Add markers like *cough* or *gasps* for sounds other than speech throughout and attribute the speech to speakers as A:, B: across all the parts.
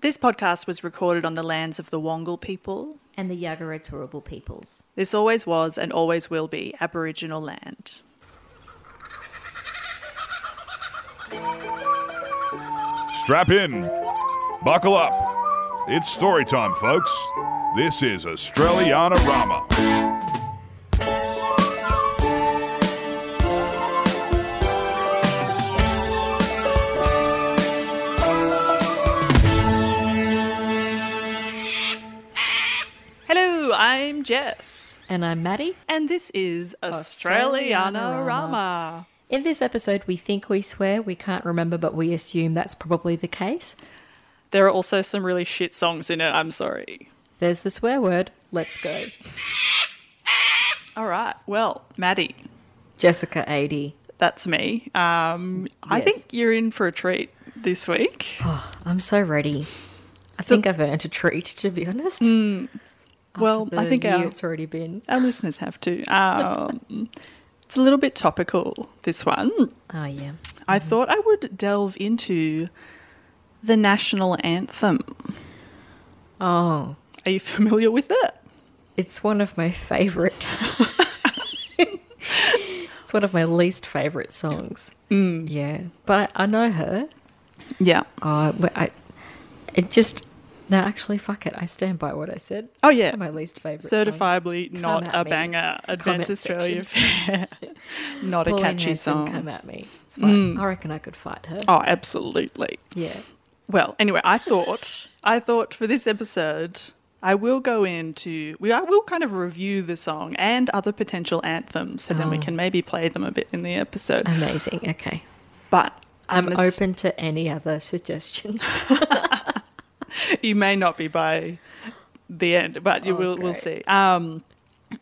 A: This podcast was recorded on the lands of the Wongal people.
B: and the Yagara Turrbal peoples.
A: This always was and always will be Aboriginal land.
C: Strap in. Buckle up. It's story time, folks. This is Australiana Rama.
A: Hello, I'm Jess,
B: And I'm Maddie.
A: and this is Australiana
B: Australiana
A: Rama.
B: In this episode, we think we swear, we can't remember, but we assume that's probably the case.
A: There are also some really shit songs in it, I'm sorry.
B: There's the swear word. Let's go.
A: All right, well, Maddie,
B: Jessica 80.
A: that's me. Um, I
B: Yes.
A: think you're in for a treat this week. *gasps*
B: I'm so ready. I think I've earned a treat, to be honest.
A: Mm, well,
B: The
A: I think
B: year
A: our,
B: it's already been.
A: our listeners have to. Um, it's a little bit topical, this one.
B: Oh, yeah.
A: I thought I would delve into the national anthem.
B: Oh,
A: Are you *laughs* familiar with that?
B: it's one of my favourite.
A: *laughs*
B: it's one of my least favourite songs. Mm. Yeah. But I, I know her.
A: Yeah.
B: Oh, wh- I, it just. No, actually, fuck it. I stand by what I said.
A: Oh,
B: It's
A: yeah.
B: one of my least favorite.
A: Certifiably
B: songs.
A: not a
B: Come at me.
A: banger. Advance
B: Comment
A: Australia
B: *laughs* section.
A: Fair. not a
B: Pauline
A: catchy
B: Hanson, Come
A: song. Mm.
B: at me. It's fine. I reckon I could fight her.
A: Oh, absolutely.
B: Yeah.
A: Well, anyway, I thought I thought for this episode I will go into we I will kind of review the song and other potential anthems, so then we
B: Oh.
A: can maybe play them a bit in the episode.
B: Amazing. Okay.
A: But I
B: I'm
A: must-
B: open to any
A: *laughs*
B: other suggestions.
A: you may not be by the end, but you
B: Oh,
A: will we'll see.
B: great.
A: Um,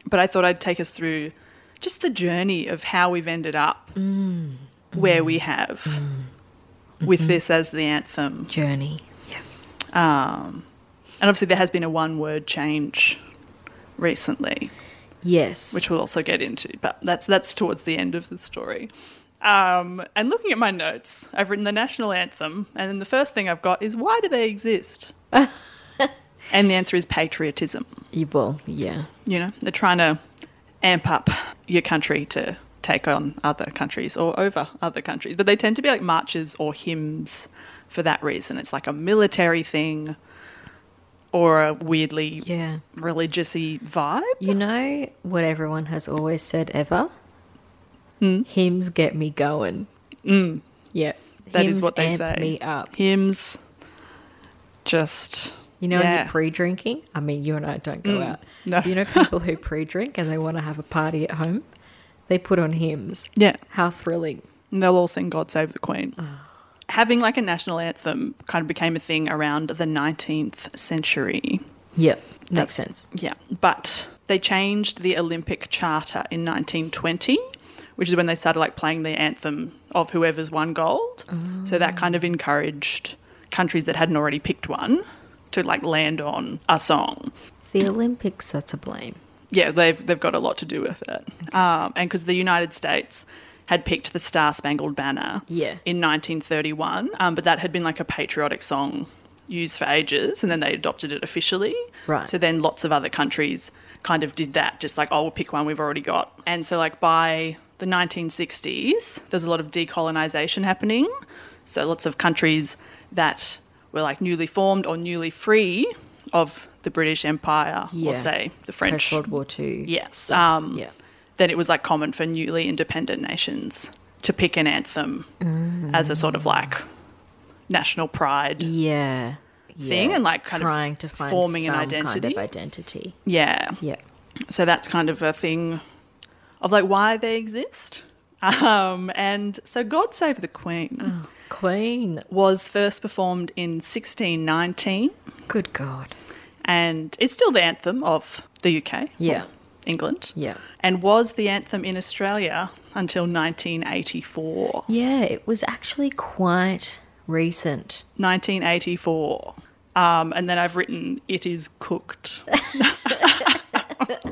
A: but I thought I'd take us through just the journey of how we've ended up
B: Mm.
A: where we have
B: Mm-hmm.
A: with this as the anthem.
B: Journey. Yeah.
A: And obviously, there has been a one word change recently,
B: Yes.
A: which we'll also get into, but that's, that's towards the end of the story. Um, and looking at my notes, I've written the national anthem, and then the first thing I've got is why do they
B: *laughs*
A: exist? and the answer is patriotism.
B: you will. Yeah.
A: you know they're trying to amp up your country to take on other countries or over other countries but they tend to be like marches or hymns for that reason it's like a military thing or a weirdly
B: Yeah.
A: religiousy vibe
B: You know what everyone has always said ever?
A: Hmm?
B: Hymns get me going. Mm. Yeah.
A: That is
B: Hymns
A: what they
B: amp
A: say
B: me up.
A: hymns just
B: You know, when
A: Yeah.
B: you're pre-drinking. I mean, you and I don't go out.
A: no.
B: *laughs* You know, people who pre-drink and they want to have a party at home, they put on hymns.
A: yeah
B: How thrilling!
A: And they'll all sing God Save the Queen.
B: Ah.
A: Having like a national anthem kind of became a thing around the 19th century.
B: Yep, makes sense.
A: Yeah, but they changed the Olympic Charter in 1920, which is when they started like playing the anthem of whoever's won gold. So that kind of encouraged countries that hadn't already picked one to like land on a song.
B: The Olympics are to blame.
A: Yeah, they've they've got a lot to do with it, um, and because the United States had picked the Star Spangled Banner
B: Yeah.
A: in 1931, um, but that had been like a patriotic song used for ages, and then they adopted it officially.
B: Right.
A: So then lots of other countries kind of did that, just like oh, we'll pick one we've already got, and so like by the 1960s, there's a lot of decolonization happening, so lots of countries that were like newly formed or newly free of the British Empire
B: Yeah.
A: or say the French.
B: Post World War Two.
A: Yes.
B: stuff.
A: Um,
B: yeah.
A: Then it was like common for newly independent nations to pick an anthem as a sort of like national pride.
B: Yeah.
A: Thing
B: yeah.
A: and, like, kind of
B: trying to find
A: forming an
B: some kind
A: identity.
B: of identity.
A: Yeah.
B: Yeah.
A: So that's kind of a thing of like why they exist. Um, and so God Save the Queen
B: Oh. Queen.
A: was first performed in 1619
B: Good God.
A: and it's still the anthem of the UK.
B: Yeah.
A: or England.
B: Yeah.
A: And was the anthem in Australia until 1984.
B: Yeah, it was actually quite recent.
A: 1984. Um, and then I've written, it is
B: *laughs*
A: cooked. *laughs* Oh, *laughs* Just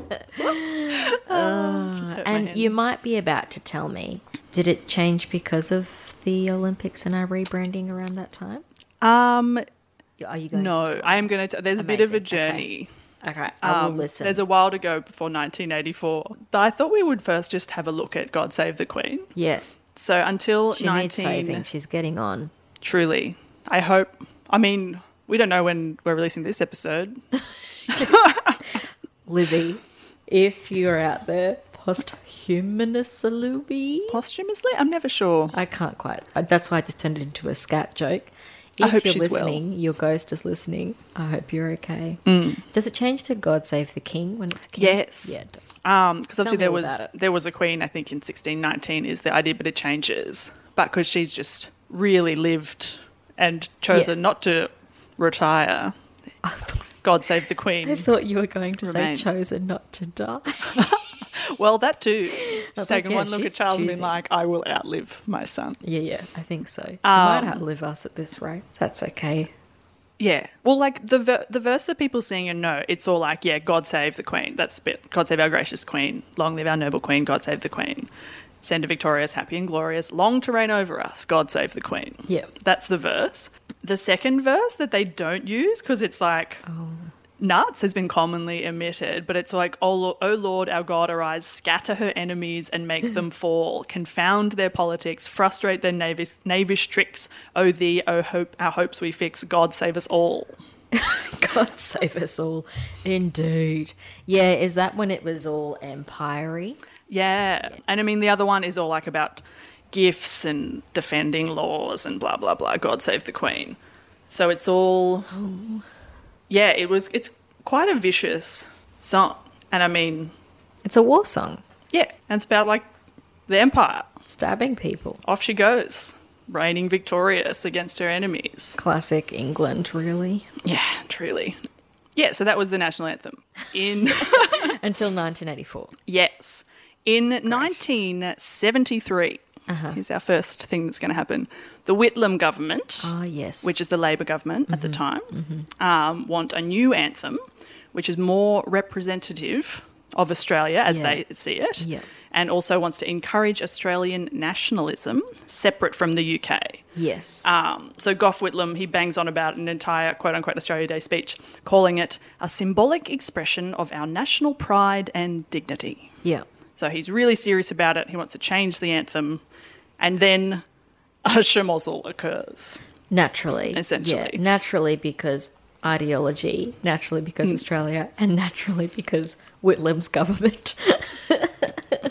A: hurt my
B: And
A: hand.
B: you might be about to tell me, did it change because of the Olympics and our rebranding around that time?
A: Um,
B: Are you going to?
A: No,
B: tell
A: I am going to. There's a bit of a
B: Amazing, okay.
A: journey.
B: me? Okay, I will
A: Um,
B: listen.
A: There's a while to go before 1984. But I thought we would first just have a look at God Save the Queen.
B: yeah,
A: So until
B: she
A: 19,
B: needs saving. She's getting on.
A: truly, I hope. I mean, we don't know when we're releasing this episode. *laughs*
B: Lizzie, if you're out there, posthumous alubi.
A: Posthumously, I'm never sure.
B: I can't quite. I- That's why I just turned it into a scat joke. If
A: I hope
B: you're
A: she's well.
B: listening, your ghost is listening. I hope you're okay. Does it change to God Save the King when it's a king?
A: Mm. Yes.
B: Yeah, it does.
A: Because Um, obviously
B: me
A: there
B: all
A: was
B: about it.
A: there was a queen, I think, in 1619 is the idea, but it changes. But because she's just really lived and chosen not to retire,
B: *laughs*
A: God save the
B: I
A: queen.
B: *laughs* thought you were going to
A: Remains.
B: say chosen not to die. *laughs*
A: well, that too. She's
B: like,
A: taken
B: yeah,
A: one look
B: she's
A: at Charles and been
B: choosing.
A: like, I will outlive my son.
B: yeah, yeah, I think so. She might
A: Um,
B: outlive us at this rate. That's okay. *laughs*
A: Yeah. Well, like the ver- the verse that people sing and know, it's all like, yeah, God save the Queen. That's a bit. God save our gracious Queen. Long live our noble Queen. God save the Queen. Send her victorious, happy and glorious. Long to reign over us. God save the Queen.
B: Yep.
A: That's the verse. The second verse that they don't use because it's like nuts has been commonly omitted, but it's like, oh, Lo- O Lord, our God, arise, scatter her enemies and make them fall, confound their politics, frustrate their knavish, knavish tricks. O thee, O hope, our hopes we fix, God save us all.
B: God save us all. Indeed. Yeah, is that when it was all empire
A: Yeah. And I mean, the other one is all like about gifts and defending laws and blah, blah, blah. God save the Queen. So it's all. Yeah, it was. It's quite a vicious song. And I mean,
B: It's a war song,
A: yeah. And it's about like the empire.
B: stabbing people.
A: Off she goes, reigning victorious against her enemies.
B: Classic England,
A: *laughs*
B: really.
A: Yeah, truly. Yeah, so that was the national anthem. In.
B: Until 1984.
A: Yes. In 1973,
B: Uh-huh.
A: here's our first thing that's going to happen. The Whitlam government,
B: Ah, yes. Mm-hmm.
A: which uh, is the Labour government at the time, um, want a new anthem which is more representative of Australia as
B: Yeah.
A: they see it,
B: Yeah.
A: and also wants to encourage Australian nationalism separate from the UK.
B: Yes.
A: Um, so Gough Whitlam, he bangs on about an entire quote unquote Australia Day speech, calling it a symbolic expression of our national pride and dignity.
B: yeah.
A: So he's really serious about it. He wants to change the anthem. And then *laughs* a shemozzle occurs.
B: Naturally.
A: Essentially.
B: Yeah, naturally because ideology, naturally because
A: Hmm.
B: Australia, and naturally because Whitlam's government *laughs*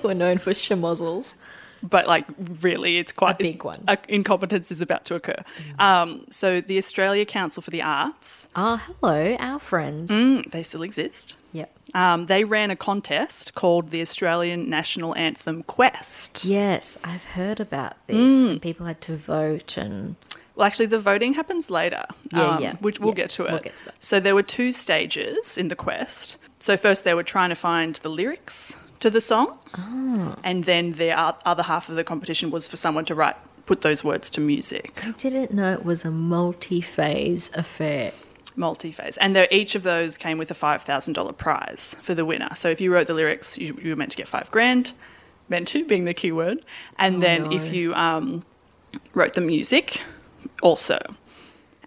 B: were known for shemozzles.
A: But, like, really, it's quite
B: A big one. Mm.
A: a- incompetence is about to occur. Um, so, the Australia Council for the Arts,
B: Ah, hello, our friends.
A: mm, they still exist.
B: Yep.
A: Um, they ran a contest called the Australian National Anthem Quest.
B: Yes, I've heard about this.
A: Hmm.
B: People had to vote and
A: Well, actually, the voting happens later,
B: Oh,
A: um,
B: Yeah, yeah,
A: which we'll
B: yeah,
A: get to it.
B: we'll get to that.
A: So there were two stages in the quest. So first, they were trying to find the lyrics to the song,
B: Ah.
A: and then the o- other half of the competition was for someone to write, put those words to music,
B: I didn't know it was a multi-phase affair.
A: multi-phase. And though each of those came with a five thousand dollar prize for the winner. So if you wrote the lyrics, you, you were meant to get five grand, meant to being the key word, and then
B: no.
A: if you um, wrote the music, also.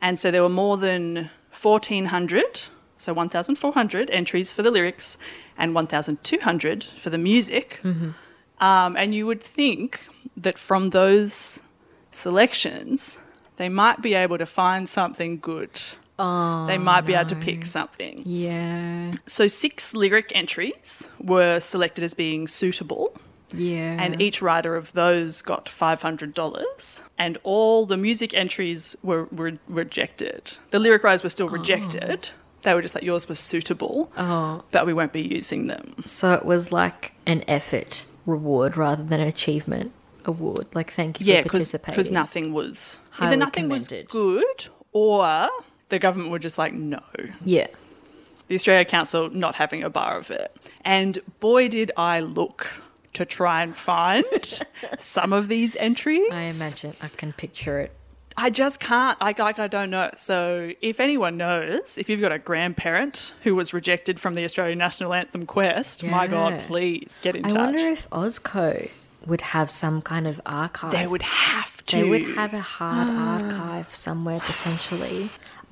A: And so there were more than 1,400, so 1,400 entries for the lyrics and 1,200 for the music. Um, and you would think that from those selections, they might be able to find something good.
B: Oh,
A: they might be able to pick something.
B: Yeah.
A: So, six lyric entries were selected as being suitable
B: Yeah.
A: and each writer of those got $500 and all the music entries were, were rejected the lyric writers were still rejected they were just like yours was suitable
B: Oh.
A: but we won't be using them
B: So it was like an effort reward rather than an achievement award. Like thank you
A: yeah
B: for
A: because
B: participating.
A: nothing was either
B: Highly
A: nothing
B: commended.
A: was good or the government were just like no
B: Yeah.
A: the australia council not having a bar of it and boy did i look to try and
B: *laughs*
A: find some of these entries
B: I imagine I can picture it.
A: I just can't. I like I don't know. So if anyone knows, if you've got a grandparent who was rejected from the Australian National Anthem Quest, my God,
B: Yeah.
A: please get in
B: I
A: touch.
B: wonder if Osco would have some kind of archive.
A: They would Ah. have to.
B: They would have a hard archive somewhere potentially.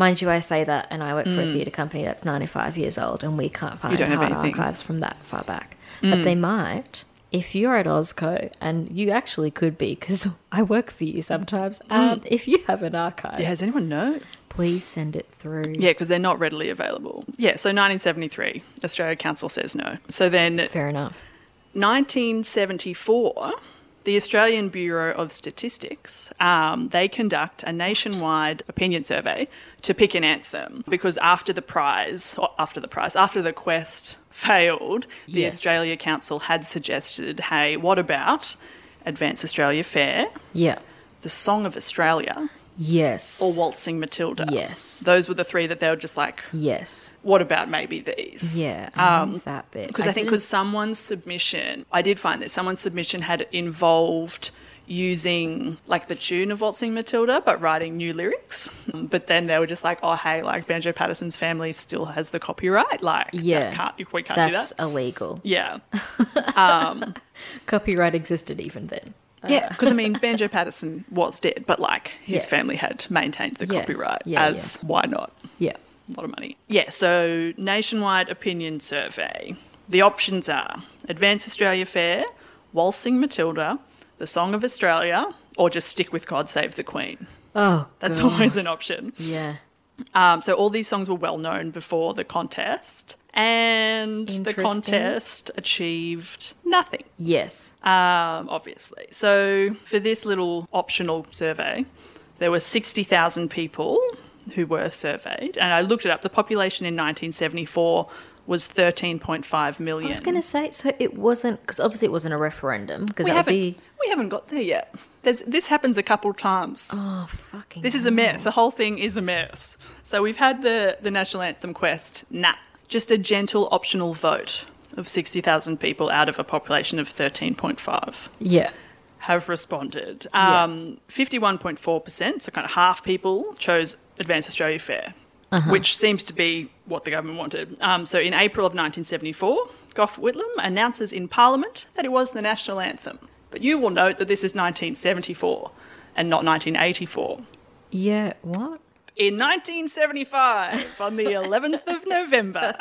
B: Mind you, I say that, and I work for a theatre company that's 95 years old, and we can't find
A: Mm. don't have
B: hard
A: anything. Mm.
B: archives from that far back. But they might. If you're at Osco, and you actually could be, because *laughs* I work for you sometimes, um, if you have an archive,
A: Mm. Yeah, does anyone know?
B: please send it through.
A: Yeah, because they're not readily available. Yeah, so 1973, Australia Council says no. So then
B: Fair enough.
A: 1974, the Australian Bureau of Statistics, um, they conduct a nationwide opinion survey to pick an anthem because after the prize, or after the prize, after the quest failed, the
B: Yes.
A: Australia Council had suggested, hey, what about Advance Australia Fair,
B: Yeah.
A: the Song of Australia,
B: Yes.
A: or Waltzing Matilda?
B: Yes.
A: Those were the three that they were just like,
B: yes.
A: what about maybe these?
B: Yeah. I like that bit.
A: because Um, I, think
B: didn't-
A: because someone's submission, I did find that someone's submission had involved using like the tune of Waltzing Matilda, but writing new lyrics. But then they were just like, oh hey, like Banjo Patterson's family still has the copyright. Like, that
B: yeah,
A: can't, we can't
B: that's
A: do that.
B: illegal. *laughs*
A: Yeah,
B: Copyright existed even then.
A: yeah. Because I mean, Banjo Patterson was dead, but like his
B: Yeah.
A: family had maintained the
B: Yeah.
A: copyright.
B: Yeah,
A: as why not?
B: Yeah.
A: a lot of money. Yeah, so nationwide opinion survey. The options are Advance Australia Fair, Waltzing Matilda, The Song of Australia, or just stick with God Save the Queen.
B: Oh,
A: That's
B: God.
A: always an option.
B: Yeah.
A: Um, so all these songs were well known before the contest, and the
B: Interesting.
A: contest achieved nothing
B: Yes.
A: um, obviously. So for this little optional survey, there were 60,000 people who were surveyed, and I looked it up. The population in 1974 was 13.5 million.
B: I was going to say, so it wasn't, because obviously it wasn't a referendum, because
A: we
B: that
A: haven't
B: would be.
A: we haven't got there yet. There's, this happens a couple times.
B: Oh, fucking.
A: This is a mess. The whole thing is a mess. So we've had the, the national anthem quest. Nah, just a gentle optional vote of 60,000 people out of a population of 13.5.
B: Yeah.
A: have responded. Um, 51.4%, so kind of half people, chose Advance Australia Fair, which seems to be what the government wanted. Um, so in April of 1974, Gough Whitlam announces in Parliament that it was the national anthem. But you will note that this is 1974 and not 1984.
B: Yeah. What?
A: In 1975, on the 11th of November,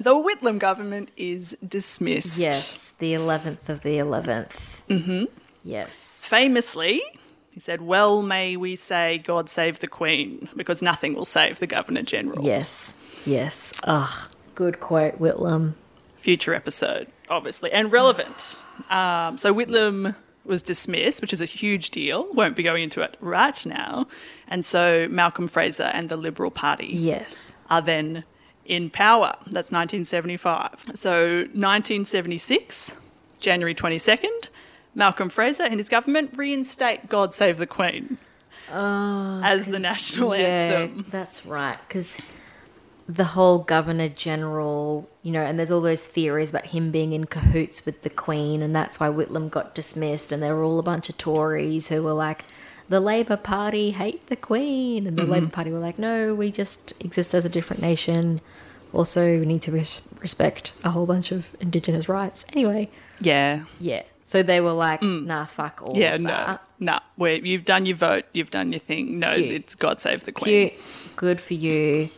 A: the Whitlam government is dismissed.
B: Yes. The 11th of the 11th. Mm hmm.
A: Mm-hmm.
B: Yes.
A: famously, he said, Well, may we say God save the Queen, because nothing will save the Governor General.
B: Yes. Yes. Ugh. Good quote, Whitlam.
A: Future episode, obviously, and relevant. Um, so Whitlam was dismissed, which is a huge deal. Won't be going into it right now. And so Malcolm Fraser and the Liberal Party
B: Yes.
A: are then in power. That's 1975. So 1976, January 22nd, Malcolm Fraser and his government reinstate God Save the Queen as the national anthem.
B: That's right, because the whole governor general, you know, and there's all those theories about him being in cahoots with the queen, and that's why Whitlam got dismissed, and there were all a bunch of Tories who were like, the Labour Party hate the Queen, and the Labour Party were like, no, we just exist as a different nation. Also, we need to res- respect a whole bunch of Indigenous rights. Anyway,
A: Yeah.
B: yeah. So they were like, nah, fuck all
A: Yeah,
B: of
A: no.
B: that.
A: No. Where you've done your vote, you've done your thing. No,
B: Cute.
A: it's God Save the Queen.
B: Cute, good for you.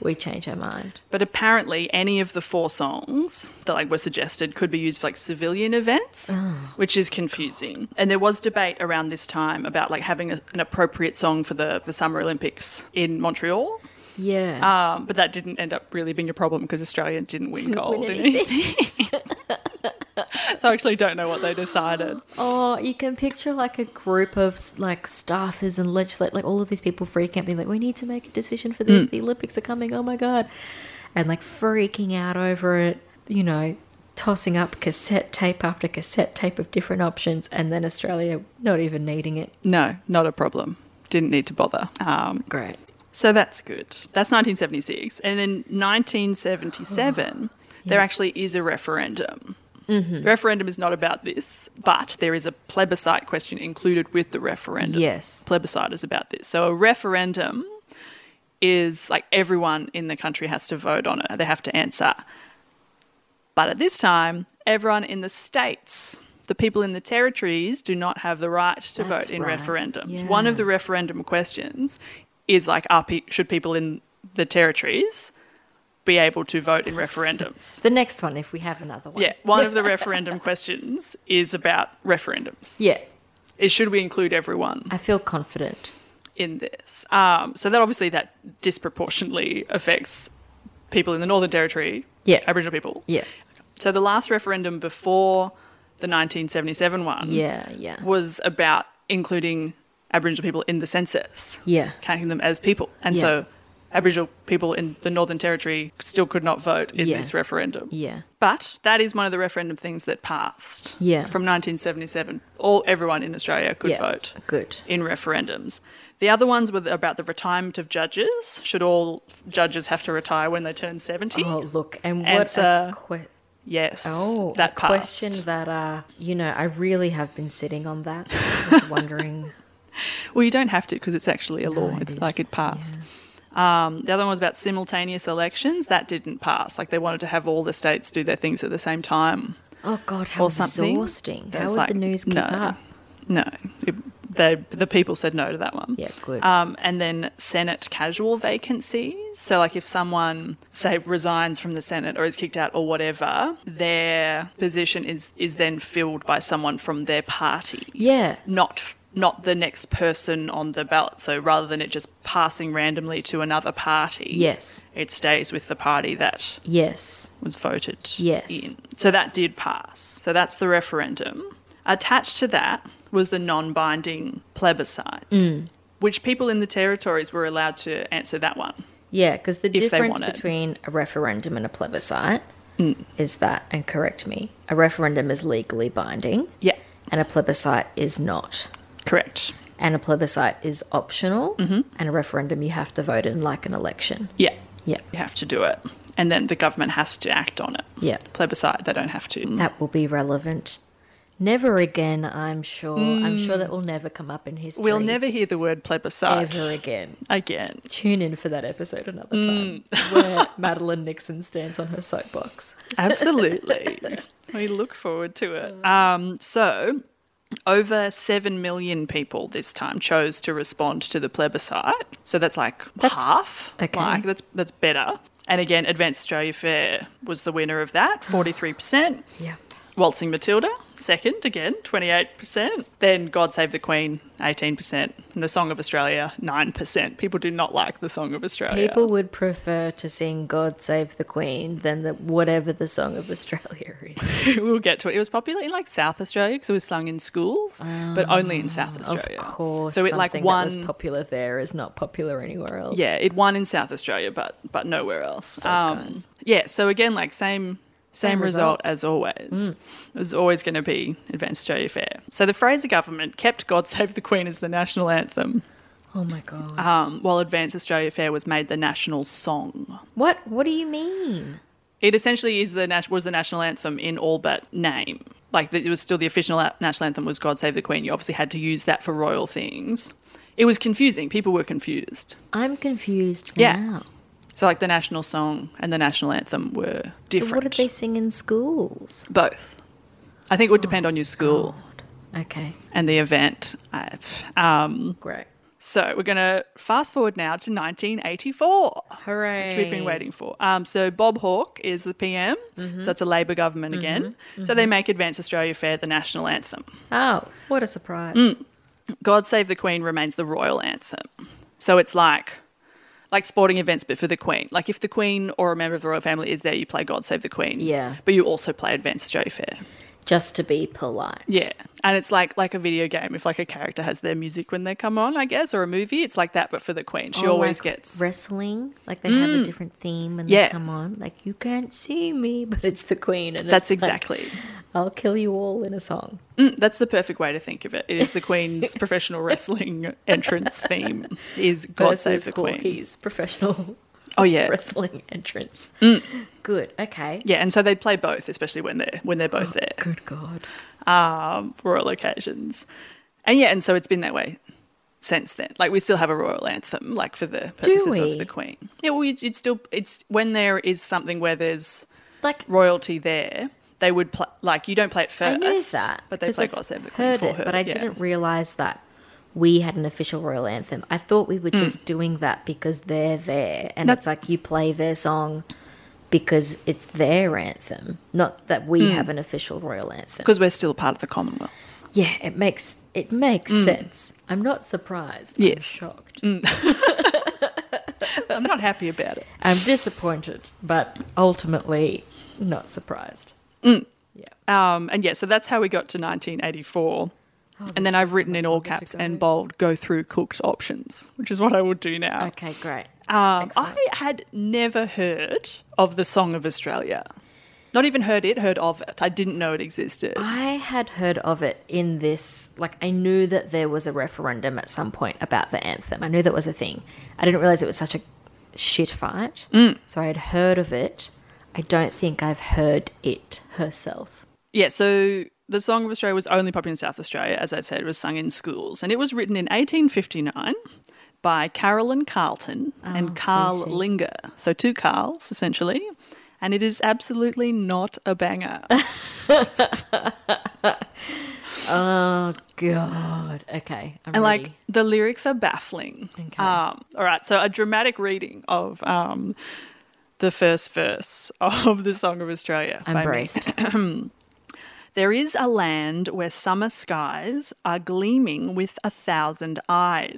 B: We change our mind.
A: But apparently, any of the four songs that like were suggested could be used for like civilian events,
B: Ah.
A: which is confusing. And there was debate around this time about like having a, an appropriate song for the, the Summer Olympics in Montreal.
B: Yeah.
A: Um, but that didn't end up really being a problem because Australia didn't win
B: Didn't win
A: gold. *laughs* in anything. so I actually don't know what they decided.
B: Oh, you can picture like a group of s- like staffers and legislate, like all of these people freaking out, being like, "We need to make a decision for this. The Olympics are coming. Oh my god!" And like freaking out over it, you know, tossing up cassette tape after cassette tape of different options, and then Australia not even needing it.
A: No, not a problem. Didn't need to bother. Um,
B: Great.
A: So that's good. That's 1976. And then 1977, there actually is a referendum. The referendum is not about this, but there is a plebiscite question included with the referendum.
B: Yes.
A: Plebiscite is about this. So a referendum is like everyone in the country has to vote on it, they have to answer. But at this time, everyone in the states the people in the territories do not have the right to
B: That's
A: vote in
B: right.
A: referendums.
B: Yeah.
A: One of the referendum questions is like, are pe- should people in the territories be able to vote in referendums?
B: The next one, if we have another one.
A: yeah, one of the
B: *laughs*
A: referendum questions is about referendums.
B: Yeah.
A: Is should we include everyone?
B: I feel confident.
A: in this. Um, so that obviously that disproportionately affects people in the Northern Territory,
B: Yeah.
A: Aboriginal people.
B: Yeah.
A: So the last referendum before the 1977 one
B: Yeah. Yeah.
A: was about including Aboriginal people in the census,
B: Yeah.
A: counting them as people. And
B: Yeah.
A: so Aboriginal people in the Northern Territory still could not vote in
B: Yeah.
A: this referendum.
B: Yeah.
A: But that is one of the referendum things that passed
B: Yeah.
A: from 1977. All everyone in Australia could
B: yeah.
A: vote
B: Good.
A: in referendums. The other ones were about the retirement of judges. Should all judges have to retire when they turn 70?
B: Oh, look. And what
A: It's
B: a,
A: a-
B: que-
A: yes.
B: oh,
A: that
B: a
A: passed.
B: question that, uh, you know, I really have been sitting
A: *laughs*
B: on that. Just wondering.
A: Well, you don't have to because it's actually a law.
B: it
A: it's
B: is,
A: like it passed. Um, the other one was about simultaneous elections. That didn't pass. Like they wanted to have all the states do their things at the same time
B: Oh, God, how
A: or something.
B: exhausting.
A: It
B: How
A: was
B: would
A: like,
B: the news keep
A: no,
B: up?
A: No. It, they, the people said no to that one.
B: Yeah, good.
A: Um, and then Senate casual vacancies. So, like if someone, say, resigns from the Senate or is kicked out or whatever, their position is, is then filled by someone from their party,
B: yeah.
A: not not the next person on the ballot. So, rather than it just passing randomly to another party,
B: Yes.
A: it stays with the party that
B: Yes.
A: was voted
B: Yes.
A: in. So that did pass. So that's the referendum. Attached to that was the non binding plebiscite,
B: Mm.
A: which people in the territories were allowed to answer that one.
B: Yeah, because the
A: they
B: difference
A: want it.
B: between a referendum and a plebiscite
A: Mm.
B: is that, and correct me, a referendum is legally binding
A: Yeah,
B: and a plebiscite is not.
A: correct.
B: And a plebiscite is optional,
A: Mm-hmm.
B: and a referendum you have to vote in like an election.
A: Yeah,
B: Yeah,
A: you have to do it. And then the government has to act on it.
B: yeah.
A: Plebiscite, they don't have to.
B: That will be relevant. Never again, I'm sure. I'm sure that will never come up in history.
A: Hmm. We'll never hear the word plebiscite
B: ever again.
A: again.
B: Tune in for that episode another
A: Hmm. *laughs*
B: time where Madeline Nixon stands on her soapbox.
A: Absolutely. *laughs* we look forward to it.
B: Uh.
A: Um, so, over 7 million people this time chose to respond to the plebiscite. So that's like
B: That's-
A: half.
B: okay.
A: Like that's that's better. And again, Advanced Australia Fair was the winner of
B: *sighs*
A: that, 43%.
B: Yeah.
A: Waltzing Matilda, second again, 28%. Then God Save the Queen, 18%. And the Song of Australia, 9%. People do not like the Song of Australia.
B: People would prefer to sing God Save the Queen than the, whatever the Song of Australia
A: *laughs*
B: is.
A: we'll get to it. It was popular in like South Australia because it was sung in schools, but only in South Australia.
B: Ah, Of course.
A: So it like
B: something
A: won.
B: That was popular there is not popular anywhere else.
A: yeah, it won in South Australia, but but nowhere else. Um,
B: guys.
A: yeah. So again, like same. Same,
B: Same
A: result.
B: result. Mm.
A: as always. It was always going to be Advanced Australia Fair. So the Fraser government kept God Save the Queen as the national anthem,
B: Oh my God.
A: um, while Advanced Australia Fair was made the national song.
B: what? What do you mean?
A: It essentially is the nat- was the national anthem in all but name. Like the, it was still the official a- national anthem was "God Save the Queen." You obviously had to use that for royal things. It was confusing. People were confused.
B: I'm confused
A: Yeah.
B: now.
A: So like the national song and the national anthem were different.
B: So what did they Oh, sing in schools?
A: Both. I think it would depend on your school
B: Okay.
A: and the event. I've- Um,
B: Great.
A: so we're going to fast forward now to 1984.
B: Hooray.
A: which we've been waiting for. Um, so Bob Hawke is the PM.
B: Mm-hmm.
A: So that's a Labor government again. So they make Advance Australia Fair the national anthem.
B: Oh, what a surprise.
A: God Save the Queen remains the royal anthem. So it's like like sporting events but for the Queen. Like if the Queen or a member of the royal family is there, you play God Save the Queen.
B: Yeah.
A: But you also play Advance Australia Fair.
B: Just to be polite.
A: Yeah. And it's like like a video game if like a character has their music when they come on, I guess, or a movie, it's like that but for the Queen. She
B: Or
A: always
B: like
A: gets
B: Oh
A: Mm.
B: wrestling. Like they have a different theme when
A: Yeah.
B: they come on. Like you can't see me, *laughs* but it's the queen, and
A: That's
B: it's like,
A: exactly. *laughs*
B: I'll kill you all in a song.
A: That's the perfect way to think of it. It is the
B: *laughs*
A: Queen's professional wrestling entrance theme. Is God Save
B: versus
A: the Queen?
B: Hawkeye's professional *laughs*
A: Oh yeah,
B: wrestling entrance.
A: Mm.
B: Good. Okay.
A: yeah. And so they play both, especially when they're when they're both there
B: Good God.
A: um, royal occasions. And yeah, and so it's been that way since then. Like we still have a royal anthem, like for the purposes
B: we?
A: of the Queen. Yeah, well, it's, it's still it's when there is something where there's
B: Like
A: royalty there. they would pl- like you don't play it
B: I
A: first,
B: knew that.
A: but they
B: 'cause
A: play
B: I've
A: "God Save the Queen"
B: heard
A: for
B: it,
A: her.
B: But I
A: yeah.
B: didn't realise that we had an official royal anthem. I thought we were
A: Hmm.
B: just doing that because they're there. And
A: No.
B: it's like you play their song because it's their anthem, not that we
A: Hmm.
B: have an official royal anthem.
A: because we're still part of the Commonwealth.
B: Yeah, it makes it makes sense. I'm not surprised. I'm
A: Hmm. Yes. Hmm.
B: shocked.
A: I'm not happy about it.
B: I'm disappointed, but ultimately not surprised.
A: Um, and yeah, so that's how we got to 1984.
B: Oh,
A: and then I've written in all
B: longer to
A: caps
B: go.
A: and bold, go through cooked options, which is what I will do now.
B: Okay, great.
A: Um, I
B: Excellent.
A: had never heard of the Song of Australia. Not even heard it, heard of it. I didn't know it existed.
B: I had heard of it in this, like, I knew that there was a referendum at some point about the anthem. I knew that was a thing. I didn't realize it was such a shit fight.
A: Mm.
B: So I had heard of it. I don't think I've heard it herself.
A: Yeah, so the Song of Australia was only popular in South Australia, as I've said, it was sung in schools. And it was written in 1859 by Carolyn Carlton
B: Oh,
A: and Carl
B: Cece.
A: Linger. So two Carls, essentially. And it is absolutely not a banger.
B: Oh, God. Okay.
A: And
B: I'm ready.
A: like the lyrics are baffling.
B: Okay.
A: Um, all right, so a dramatic reading of um, the first verse of the Song of Australia.
B: I'm
A: by me. *laughs*
B: braced.
A: There is a land where summer skies are gleaming with a thousand
B: *laughs*
A: eyes,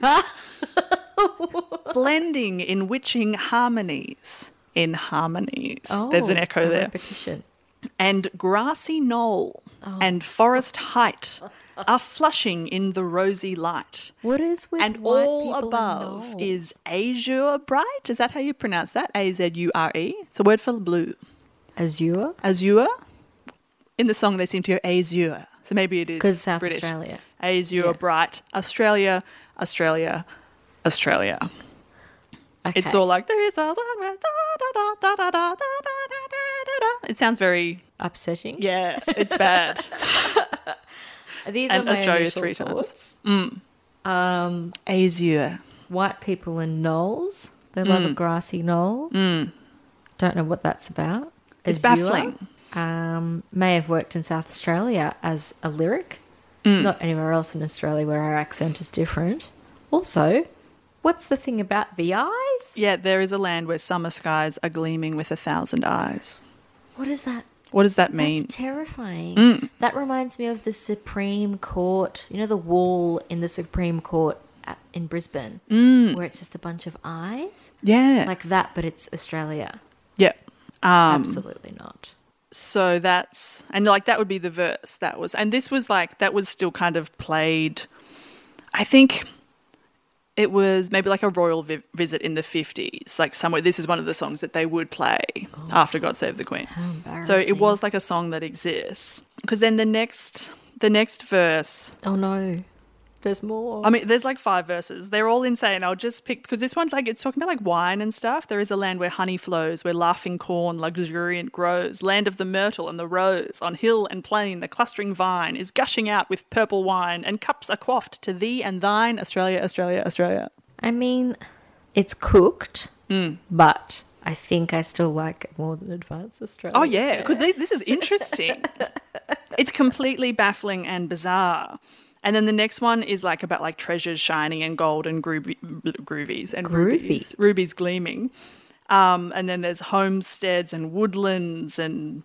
A: blending in witching harmonies. In harmonies. There's an
B: Oh,
A: echo
B: a
A: there.
B: Repetition.
A: And grassy knoll
B: Oh.
A: and forest height are flushing in the rosy light.
B: What is with
A: and
B: white
A: all
B: people
A: above
B: and all?
A: is azure bright. Is that how you pronounce that? A Z U R E. It's a word for blue.
B: azure?
A: Azure. In the song, they seem to go azure. So maybe it is
B: Because South
A: British.
B: Australia.
A: Azure
B: Yeah.
A: bright. Australia, Australia, Australia.
B: Okay.
A: It's all like there is a land where da, da, da, da, da, da, da, da, da, da, da. It sounds very
B: upsetting.
A: yeah.
B: *laughs*
A: It's bad.
B: These
A: And
B: are my
A: Australia
B: initial
A: three times. Mm.
B: thoughts. Um,
A: azure.
B: White people in knolls. They love
A: Mm.
B: a grassy knoll. Don't know what that's about.
A: It's
B: Azure,
A: baffling.
B: Um, may have worked in South Australia as a lyric.
A: Mm.
B: Not anywhere else in Australia where our accent is different. Also, what's the thing about the eyes?
A: Yeah, there is a land where summer skies are gleaming with a thousand eyes.
B: What is that?
A: What does that mean? Mm.
B: That's terrifying. That reminds me of the Supreme Court. You know the wall in the Supreme Court at, in Brisbane,
A: Mm.
B: where it's just a bunch of eyes,
A: yeah.
B: like that, but it's Australia.
A: yeah. Um,
B: Absolutely not.
A: so that's and like that would be the verse that was and this was like that was still kind of played i think it was maybe like a royal vi- visit in the 50s like somewhere this is one of the songs that they would play after god save the queen so it
B: embarrassing.
A: was like a song that exists because then the next the next verse
B: Oh no, there's more.
A: I mean, there's like five verses. They're all insane. I'll just pick because this one's like it's talking about like wine and stuff. There is a land where honey flows, where laughing corn luxuriant grows, land of the myrtle and the rose. On hill and plain, the clustering vine is gushing out with purple wine, and cups are quaffed to thee and thine, Australia, Australia, Australia.
B: I mean, it's cooked,
A: Mm.
B: but I think I still like it more than Advanced Australia.
A: Oh yeah, because this is
B: *laughs*
A: interesting. it's completely baffling and bizarre. And then the next one is like about like treasures shining and gold and groovy, groovies and
B: Groovy.
A: rubies, rubies gleaming. Um, and then there's homesteads and woodlands and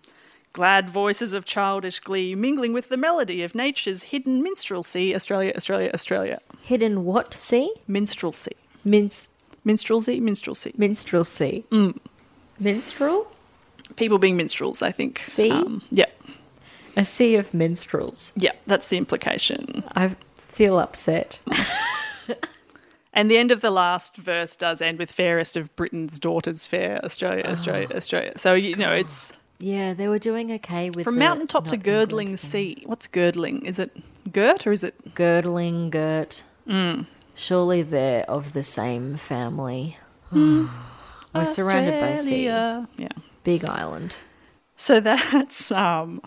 A: glad voices of childish glee mingling with the melody of nature's hidden minstrelsy. Australia, Australia, Australia.
B: Hidden what sea?
A: Minstrelsy,
B: Minst
A: minstrelsy, minstrelsy.
B: minstrel sea.
A: Mm.
B: Minstrel?
A: People being minstrels, I think. Um,
B: See?
A: yeah,
B: A sea of minstrels.
A: yeah. That's the implication.
B: I feel upset.
A: And the end of the last verse does end with fairest of Britain's daughters fair, Australia,
B: Ah.
A: Australia, Australia. So, you know, it's
B: Yeah, they were doing okay with
A: from
B: the
A: mountaintop to
B: not England
A: girdling
B: thing.
A: sea. What's girdling? Is it girt or is it?
B: Girdling, girt.
A: Mm.
B: Surely they're of the same family. *sighs* we're surrounded by sea.
A: Mm. Australia? Yeah.
B: Big island.
A: So that's um,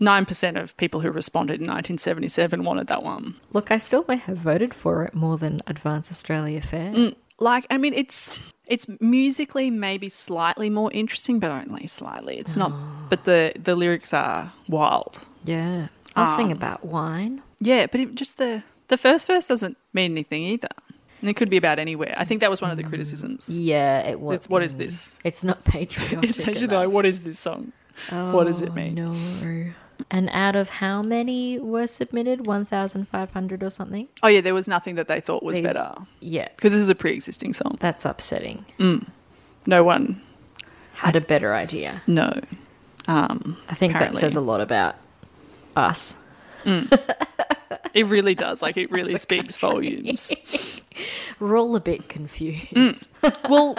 A: 9% of people who responded in 1977 wanted that one.
B: Look, I still may have voted for it more than Advance Australia Fair.
A: like I mean it's it's musically maybe slightly more interesting, but only slightly. It's
B: Ah.
A: not but the the lyrics are wild.
B: Yeah. I'll sing about wine.
A: Yeah, but it, just the the first verse doesn't mean anything either. And it could be about anywhere. I think that was one of the *laughs* criticisms.
B: Yeah, it was.
A: It's what is this?
B: It's not
A: *laughs*
B: patriotic.
A: It's actually
B: enough. Oh,
A: like, what is this song? what does it mean?
B: No. And out of how many were submitted? 1,500 or something?
A: Oh yeah, there was nothing that they thought was
B: These-
A: better Mm.
B: Yeah.
A: because this is a pre-existing song.
B: That's upsetting.
A: No one,
B: Had a better idea.
A: no. Um,
B: I think
A: Apparently.
B: that says a lot about us.
A: it really does. Like *laughs* it really speaks volumes.
B: We're all a bit confused.
A: *laughs* Well,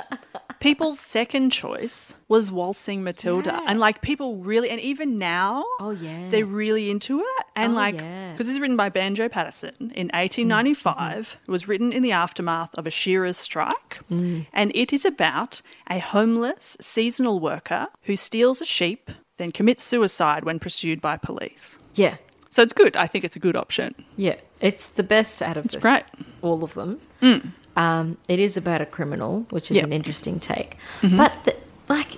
A: people's second choice was Waltzing Matilda.
B: Yeah.
A: And like people really, and even now,
B: Oh, yeah.
A: they're really into it. And
B: Oh,
A: like, because
B: yeah.
A: this is written by Banjo Patterson in 1895,
B: Mm-hmm.
A: it was written in the aftermath of a shearer's strike.
B: Mm.
A: And it is about a homeless seasonal worker who steals a sheep, then commits suicide when pursued by police.
B: Yeah.
A: So it's good. I think it's a good option.
B: Yeah. It's the best out of
A: It's
B: the-
A: great. Mm.
B: all of them. Um, it is about a criminal, which is
A: Yeah.
B: an interesting take.
A: Mm-hmm.
B: But, the, like,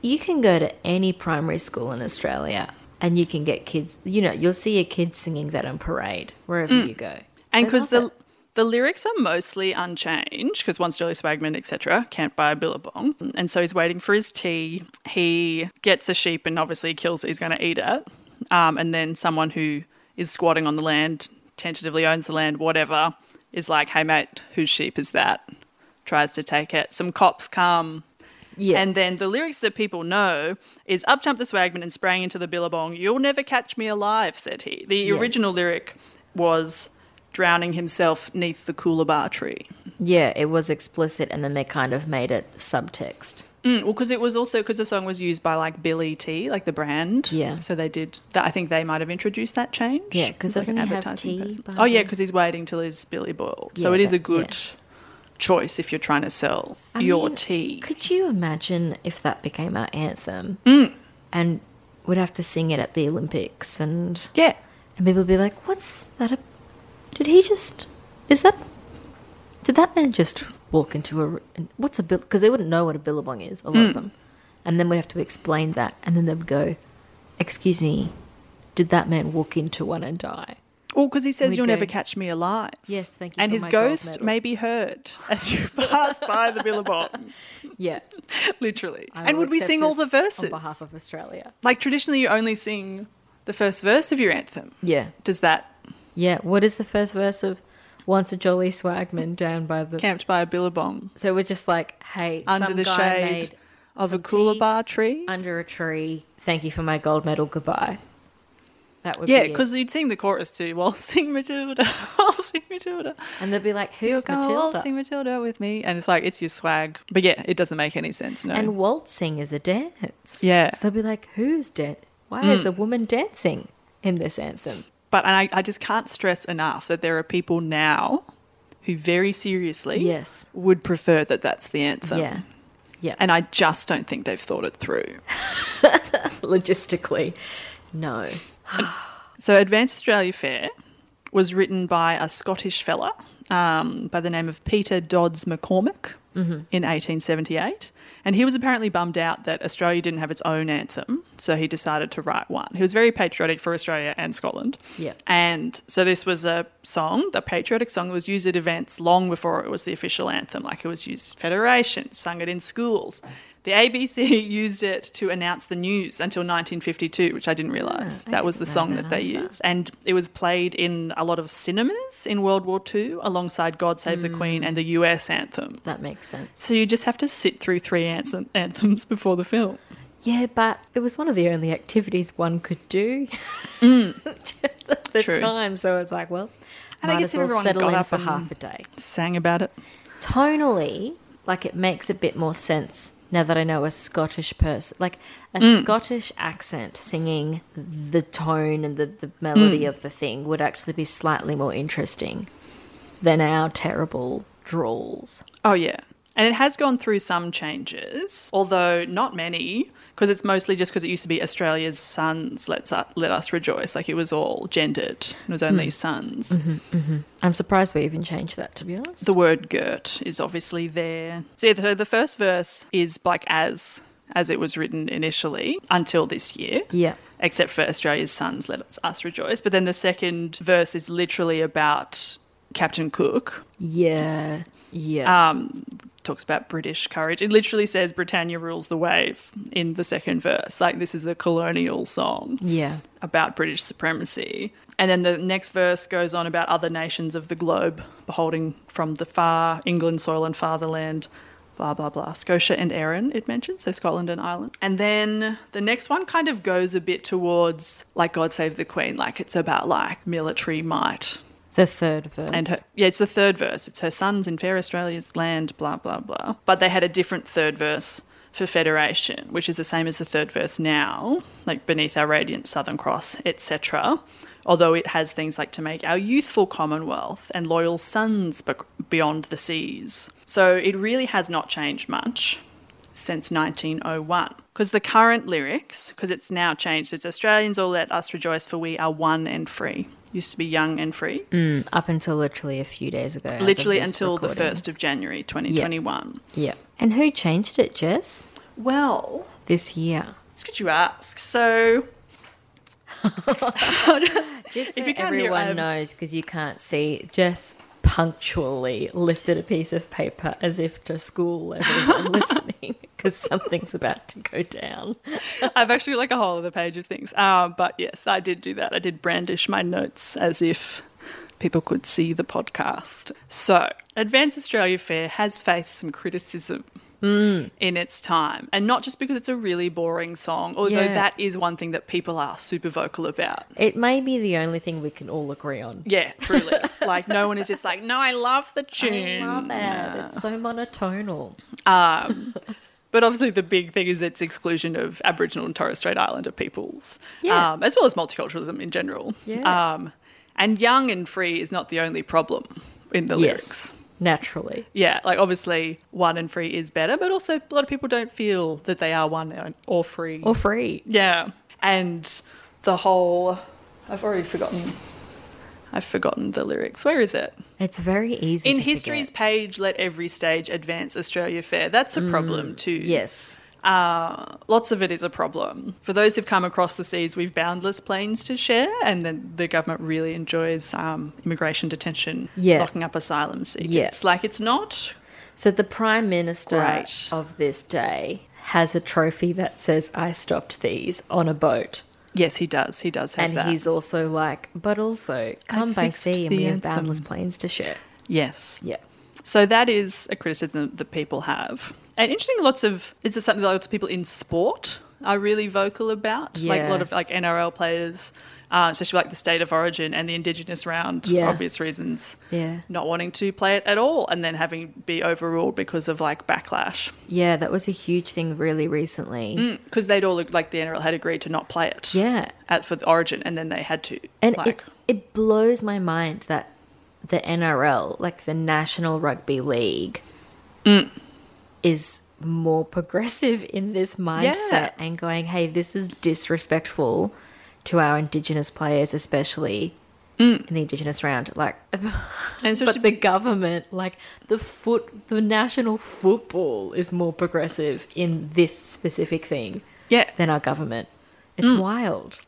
B: you can go to any primary school in Australia and you can get kids, you know, you'll see a kid singing that on parade wherever you go.
A: Mm. And
B: They
A: because
B: love
A: the
B: it.
A: the lyrics are mostly unchanged, because once Jolie Swagman, etc., can't buy a billabong, and so he's waiting for his tea. He gets a sheep and obviously kills. it. He's going to eat it, um, and then someone who is squatting on the land, tentatively owns the land, whatever, is like, "Hey mate, whose sheep is that?" Tries to take it. Some cops come.
B: Yeah.
A: And then the lyrics that people know is up jumped the swagman and sprang into the billabong. You'll never catch me alive, said he. The
B: Yes.
A: original lyric was drowning himself neath the coolabah tree.
B: Yeah, it was explicit, and then they kind of made it subtext.
A: Mm, well, because it was also because the song was used by like Billy T, like the brand.
B: Yeah.
A: So they did that. I think they might have introduced that change.
B: Yeah, 'cause
A: It's
B: doesn't
A: an
B: he have
A: advertising
B: tea
A: person.
B: by
A: Oh yeah,
B: the-
A: because he's waiting till he's Billy boiled. so it
B: Yeah,
A: is a
B: that- yeah.
A: good choice if you're trying to sell
B: I
A: your
B: mean,
A: tea.
B: Could you imagine if that became our anthem?
A: Mm.
B: And we'd have to sing it at the Olympics, and,
A: Yeah.
B: and people would be like, what's that? A, did he just. Is that. Did that man just walk into a. What's a bill? Because they wouldn't know what a billabong is, a lot of them. And then we'd have to explain that, and then they would go, excuse me, did that man walk into one and die?
A: Well, because he says
B: We
A: you'll never
B: go-
A: catch me alive.
B: Yes, thank you.
A: and
B: for
A: his
B: Oh my gold
A: ghost
B: medal.
A: may be heard as
B: *laughs*
A: you pass by the billabong,
B: Yeah.
A: literally.
B: I
A: and
B: will
A: would we
B: accept
A: sing all the
B: this
A: verses?
B: on behalf of Australia?
A: like traditionally, you only sing the first verse of your anthem.
B: Yeah,
A: Does that
B: yeah. What is the first verse of "Once a Jolly Swagman down by the"?
A: camped by a billabong
B: So we're just like, hey,
A: under
B: some
A: the
B: guy
A: shade
B: made
A: of a
B: some tea
A: coolabah tree?
B: under a tree. Thank you for my gold medal. Goodbye. That would
A: Yeah,
B: be it.
A: because you'd sing the chorus too. *laughs* Waltzing Matilda, waltzing Matilda,
B: and they'd be like,
A: you're
B: who's
A: going waltzing
B: Matilda?
A: Matilda with me, and it's like it's your swag. But yeah, it doesn't make any sense. No,
B: And waltzing is a dance.
A: Yeah. Mm.
B: So they'll be like, who's dan? Why is a woman dancing in this anthem?
A: But and I, I just can't stress enough that there are people now who very seriously
B: Yes.
A: would prefer that that's the anthem.
B: Yeah. Yeah.
A: And I just don't think they've thought it through.
B: *laughs* logistically, no.
A: So Advance Australia Fair was written by a Scottish fella um, by the name of Peter Dodds McCormick in 1878. And he was apparently bummed out that Australia didn't have its own anthem, so he decided to write one. He was very patriotic for Australia and Scotland.
B: Yeah.
A: And so this was a song, the patriotic song was used at events long before it was the official anthem. Like it was used at Federation, sung it in schools. The ABC *laughs* used it to announce the news until 1952, which I didn't realise.
B: I
A: that was the
B: didn't know
A: song
B: that
A: that they
B: either.
A: used. And it was played in a lot of cinemas in World War II alongside God Save the Queen and the US anthem.
B: That makes sense.
A: So you just have to sit through three anth- anthems before the film.
B: Yeah, but it was one of the only activities one could do *laughs* at the
A: Mm. True.
B: time. So it's like, well,
A: And I
B: might
A: guess
B: as well
A: everyone
B: settle
A: got
B: in
A: up
B: for
A: and-
B: half a day.
A: Sang about it.
B: Tonally, like it makes a bit more sense now that I know a Scottish person, like a
A: Mm.
B: Scottish accent singing the tone and the, the
A: Mm.
B: melody of the thing would actually be slightly more interesting than our terrible drawls.
A: Oh, yeah. And it has gone through some changes, although not many, because it's mostly just because it used to be Australia's sons let's u- let us rejoice. Like it was all gendered. It was only sons.
B: I'm surprised we even changed that, to be honest.
A: The word girt is obviously there. So yeah, so the first verse is like as as it was written initially until this year.
B: Yeah.
A: Except for Australia's sons, let us, us rejoice. But then the second verse is literally about Captain Cook,
B: Yeah. Yeah.
A: Ah. talks about British courage. It literally says Britannia rules the wave in the second verse. Like this is a colonial song
B: yeah.
A: about British supremacy. And then the next verse goes on about other nations of the globe beholding from the far England soil and fatherland, blah, blah, blah. Scotia and Erin, it mentions, so Scotland and Ireland. And then the next one kind of goes a bit towards like God Save the Queen, like it's about like military might.
B: The third verse.
A: And her, yeah, it's the third verse. It's her sons in fair Australia's land, blah, blah, blah. But they had a different third verse for Federation, which is the same as the third verse now, like beneath our radiant Southern Cross, etc. Although it has things like to make our youthful Commonwealth and loyal sons bec- beyond the seas. So it really has not changed much since 1901. Because the current lyrics, because it's now changed, it's Australians all let us rejoice for we are one and free. Used to be young and free
B: up until literally a few days ago. as of
A: literally
B: this
A: until the
B: recording.
A: 1st of January 2021.
B: Yeah. And who changed it, Jess?
A: Well,
B: This year.
A: it's good you ask. So, *laughs*
B: Just so
A: If you can't hear,
B: everyone
A: I've-
B: knows, because you can't see, Jess punctually lifted a piece of paper as if to
A: *laughs*
B: school everyone listening, because something's about to go down.
A: I've actually got, like a whole other page of things. Uh, but yes, I did do that. I did brandish my notes as if people could see the podcast. So, Advance Australia Fair has faced some criticism.
B: Hmm.
A: In its time, and not just because it's a really boring song, although
B: Yeah.
A: that is one thing that people are super vocal about.
B: It may be the only thing we can all agree on.
A: Yeah,
B: *laughs*
A: truly. like, no one is just like, no, I love the
B: I
A: tune.
B: love it. It's so monotonal.
A: But obviously, the big thing is its exclusion of Aboriginal and Torres Strait Islander peoples,
B: Yeah.
A: um, as well as multiculturalism in general.
B: Yeah.
A: Um, and young and free is not the only problem in the lyrics.
B: Yes, naturally.
A: Yeah, like obviously, one and free is better, but also a lot of people don't feel that they are one or free.
B: Or free.
A: yeah. And the whole. I've already forgotten. I've forgotten the lyrics. Where is it?
B: It's very easy.
A: In
B: to
A: history's
B: forget.
A: page, let every stage advance Australia fair. That's a
B: Mm,
A: problem too.
B: yes,
A: Uh, lots of it is a problem. For those who've come across the seas, we've boundless plains to share, and then the government really enjoys um, immigration detention,
B: Yeah.
A: locking up asylum seekers.
B: Yeah.
A: Like it's not.
B: So the prime minister
A: Great.
B: of this day has a trophy that says "I stopped these" on a boat,
A: Yes, he does. He does have
B: and
A: that.
B: he's also like, "But also come by
A: fixed
B: sea, and
A: the
B: we have
A: anthem."
B: boundless planes to share."
A: yes.
B: Yeah,
A: So that is a criticism that people have. And interesting, lots of this is something that lots of people in sport are really vocal about. Like a lot
B: Yeah.
A: of like NRL players, uh, especially like the state of origin and the Indigenous round
B: Yeah.
A: for obvious reasons.
B: yeah,
A: not wanting to play it at all and then having be overruled because of like backlash
B: yeah. That was a huge thing really recently.
A: because they'd all like the NRL had agreed to not play it
B: Yeah,
A: at for the origin and then they had to
B: and
A: like
B: it, it blows my mind that the NRL, like the National Rugby League, Mm. is more progressive in this mindset
A: Yeah.
B: and going, hey, this is disrespectful to our Indigenous players, especially in the Indigenous round. Like, *laughs*
A: and so
B: but the government, like the foot, the national football is more progressive in this specific thing
A: yeah
B: than our government. It's wild.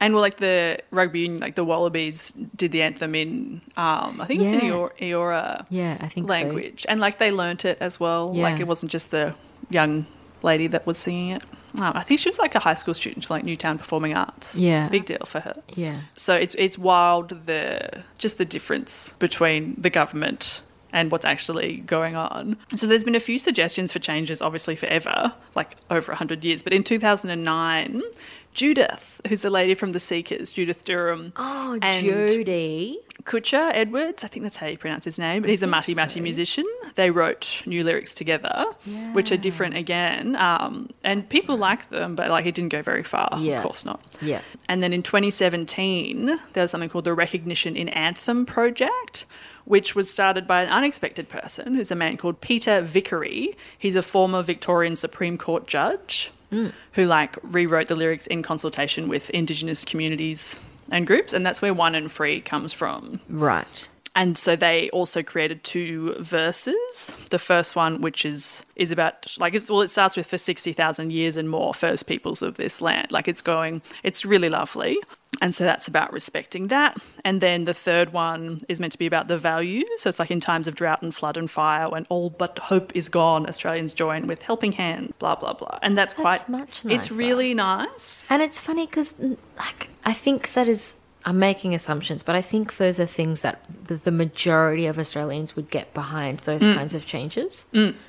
A: and well like the rugby union like the Wallabies did the anthem in um I think it was in
B: Yeah.
A: Eora, Eora
B: Yeah, I think so.
A: language and like they learnt it as well like
B: Yeah.
A: it wasn't just the young lady that was singing it um, I think she was like a high school student for like Newtown Performing Arts
B: Yeah.
A: big deal for her
B: Yeah.
A: So it's it's wild the just the difference between the government and what's actually going on. So there's been a few suggestions for changes, obviously forever, like over hundred years. But in 2009, Judith, who's the lady from The Seekers, Judith Durham.
B: Oh,
A: And-
B: Jodie.
A: Kutcher Edwards, I think that's how you pronounce his name, but he's a matty matty musician. They wrote new lyrics together, which are different again. Um, and people like them, but like it didn't go very far.
B: Yeah.
A: Of course not.
B: Yeah.
A: And then in 2017, there was something called the Recognition in Anthem Project, which was started by an unexpected person who's a man called Peter Vickery. He's a former Victorian Supreme Court judge who, like, rewrote the lyrics in consultation with Indigenous communities and groups. And that's where One and Free comes from.
B: Right.
A: And so they also created two verses. The first one, which is is about like it's well, it starts with for sixty thousand years and more first peoples of this land. Like it's going, it's really lovely. And so that's about respecting that. And then the third one is meant to be about the value. So it's like in times of drought and flood and fire, when all but hope is gone, Australians join with helping hand. Blah blah blah. And that's,
B: That's
A: quite
B: much
A: It's
B: nicer.
A: really nice.
B: And it's funny because, like, I think that is. I'm making assumptions, but I think those are things that the- the majority of Australians would get behind those
A: Mm.
B: kinds of changes.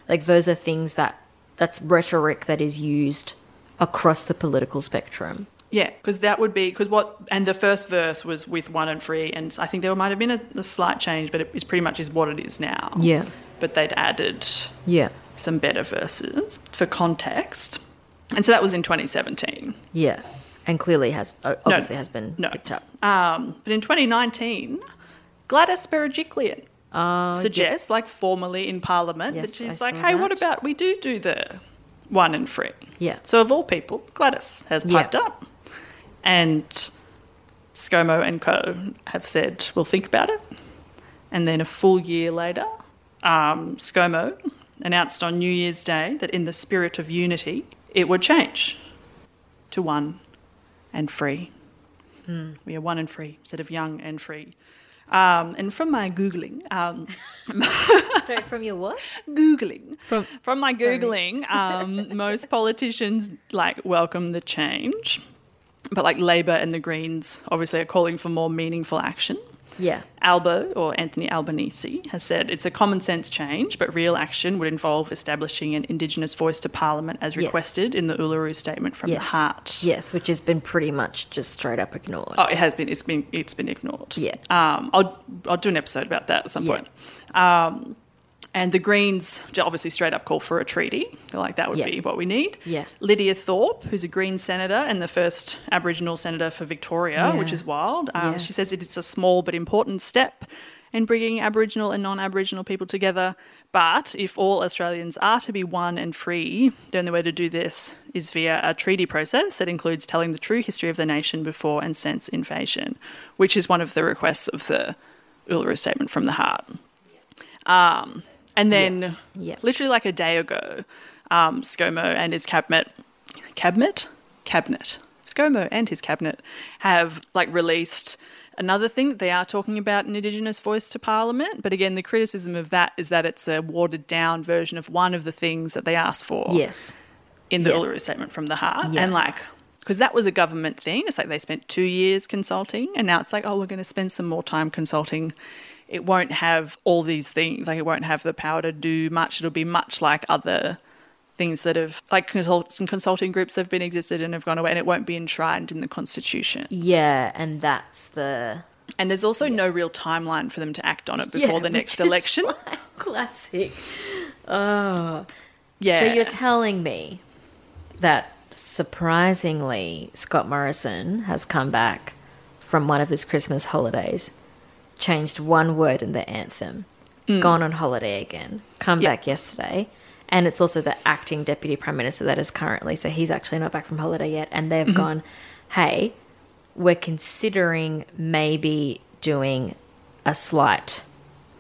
B: Like, those are things that that's rhetoric that is used across the political spectrum.
A: Yeah, because that would be because what and the first verse was with one and free, and I think there might have been a, a slight change, but it is pretty much is what it is now.
B: Yeah.
A: But they'd added
B: Yeah.
A: some better verses for context, and so that was in 2017.
B: Yeah. And clearly has o- obviously has been
A: no. *laughs*
B: picked up.
A: Um, but in 2019, Gladys Berejiklian suggests, like formally in Parliament,
B: Oh,
A: that
B: Yes,
A: she's
B: I
A: like,
B: saw
A: "Hey, what
B: that.
A: about we do do the one and free?"
B: Yeah.
A: So of all people, Gladys has
B: Yeah.
A: piped up, and ScoMo and Co have said we'll think about it, and then a full year later, um, ScoMo announced on New Year's Day that in the spirit of unity, it would change to one and free. We are one and free instead of young and free. Um, and from my googling, um,
B: Sorry, from your what?
A: googling from, my googling,
B: *laughs*
A: um, most politicians like welcome the change, but like Labor and the Greens obviously are calling for more meaningful action.
B: Yeah.
A: Albo or Anthony Albanese has said it's a common sense change, but real action would involve establishing an Indigenous voice to Parliament as
B: Yes.
A: requested in the Uluru Statement from
B: Yes.
A: the Heart.
B: Yes, which has been pretty much just straight up ignored.
A: Oh, it has been. It's been. It's been ignored.
B: Yeah.
A: Um. I'll I'll do an episode about that at some
B: Yeah.
A: point. Um, and the Greens j- obviously straight up call for a treaty. They're like that would
B: Yeah.
A: be what we need.
B: Yeah.
A: Lydia Thorpe, who's a Green senator and the first Aboriginal senator for Victoria, which
B: Yeah.
A: is wild. Um,
B: Yeah.
A: She says it is a small but important step. In bringing Aboriginal and non Aboriginal people together. But if all Australians are to be one and free, the only way to do this is via a treaty process that includes telling the true history of the nation before and since invasion, which is one of the requests of the Uluru Statement from the Heart. Um, and then,
B: Yes. Yep.
A: literally like a day ago, um, ScoMo and his cabinet, cabinet, cabinet, ScoMo and his cabinet have like released another thing that they are talking about an Indigenous voice to Parliament. But again, the criticism of that is that it's a watered down version of one of the things that they asked for
B: Yes.
A: in the
B: Yeah.
A: Uluru Statement from the Heart.
B: Yeah.
A: And like, because that was a government thing. It's like they spent two years consulting, and now it's like, oh, we're going to spend some more time consulting. It won't have all these things. Like, it won't have the power to do much. It'll be much like other things that have, like, consult- consulting groups have been existed and have gone away, and it won't be enshrined in the Constitution.
B: Yeah, and that's the
A: And there's also no real timeline for them to act on it before
B: Yeah,
A: the next
B: which is *laughs*
A: election.
B: like classic.
A: yeah.
B: So you're telling me that surprisingly Scott Morrison has come back from one of his Christmas holidays, changed one word in the anthem, gone on holiday again, come
A: Mm. Yeah.
B: back yesterday. And it's also the acting deputy prime minister that is currently, so he's actually not back from holiday yet. And they've
A: Mm-hmm.
B: gone, hey, we're considering maybe doing a slight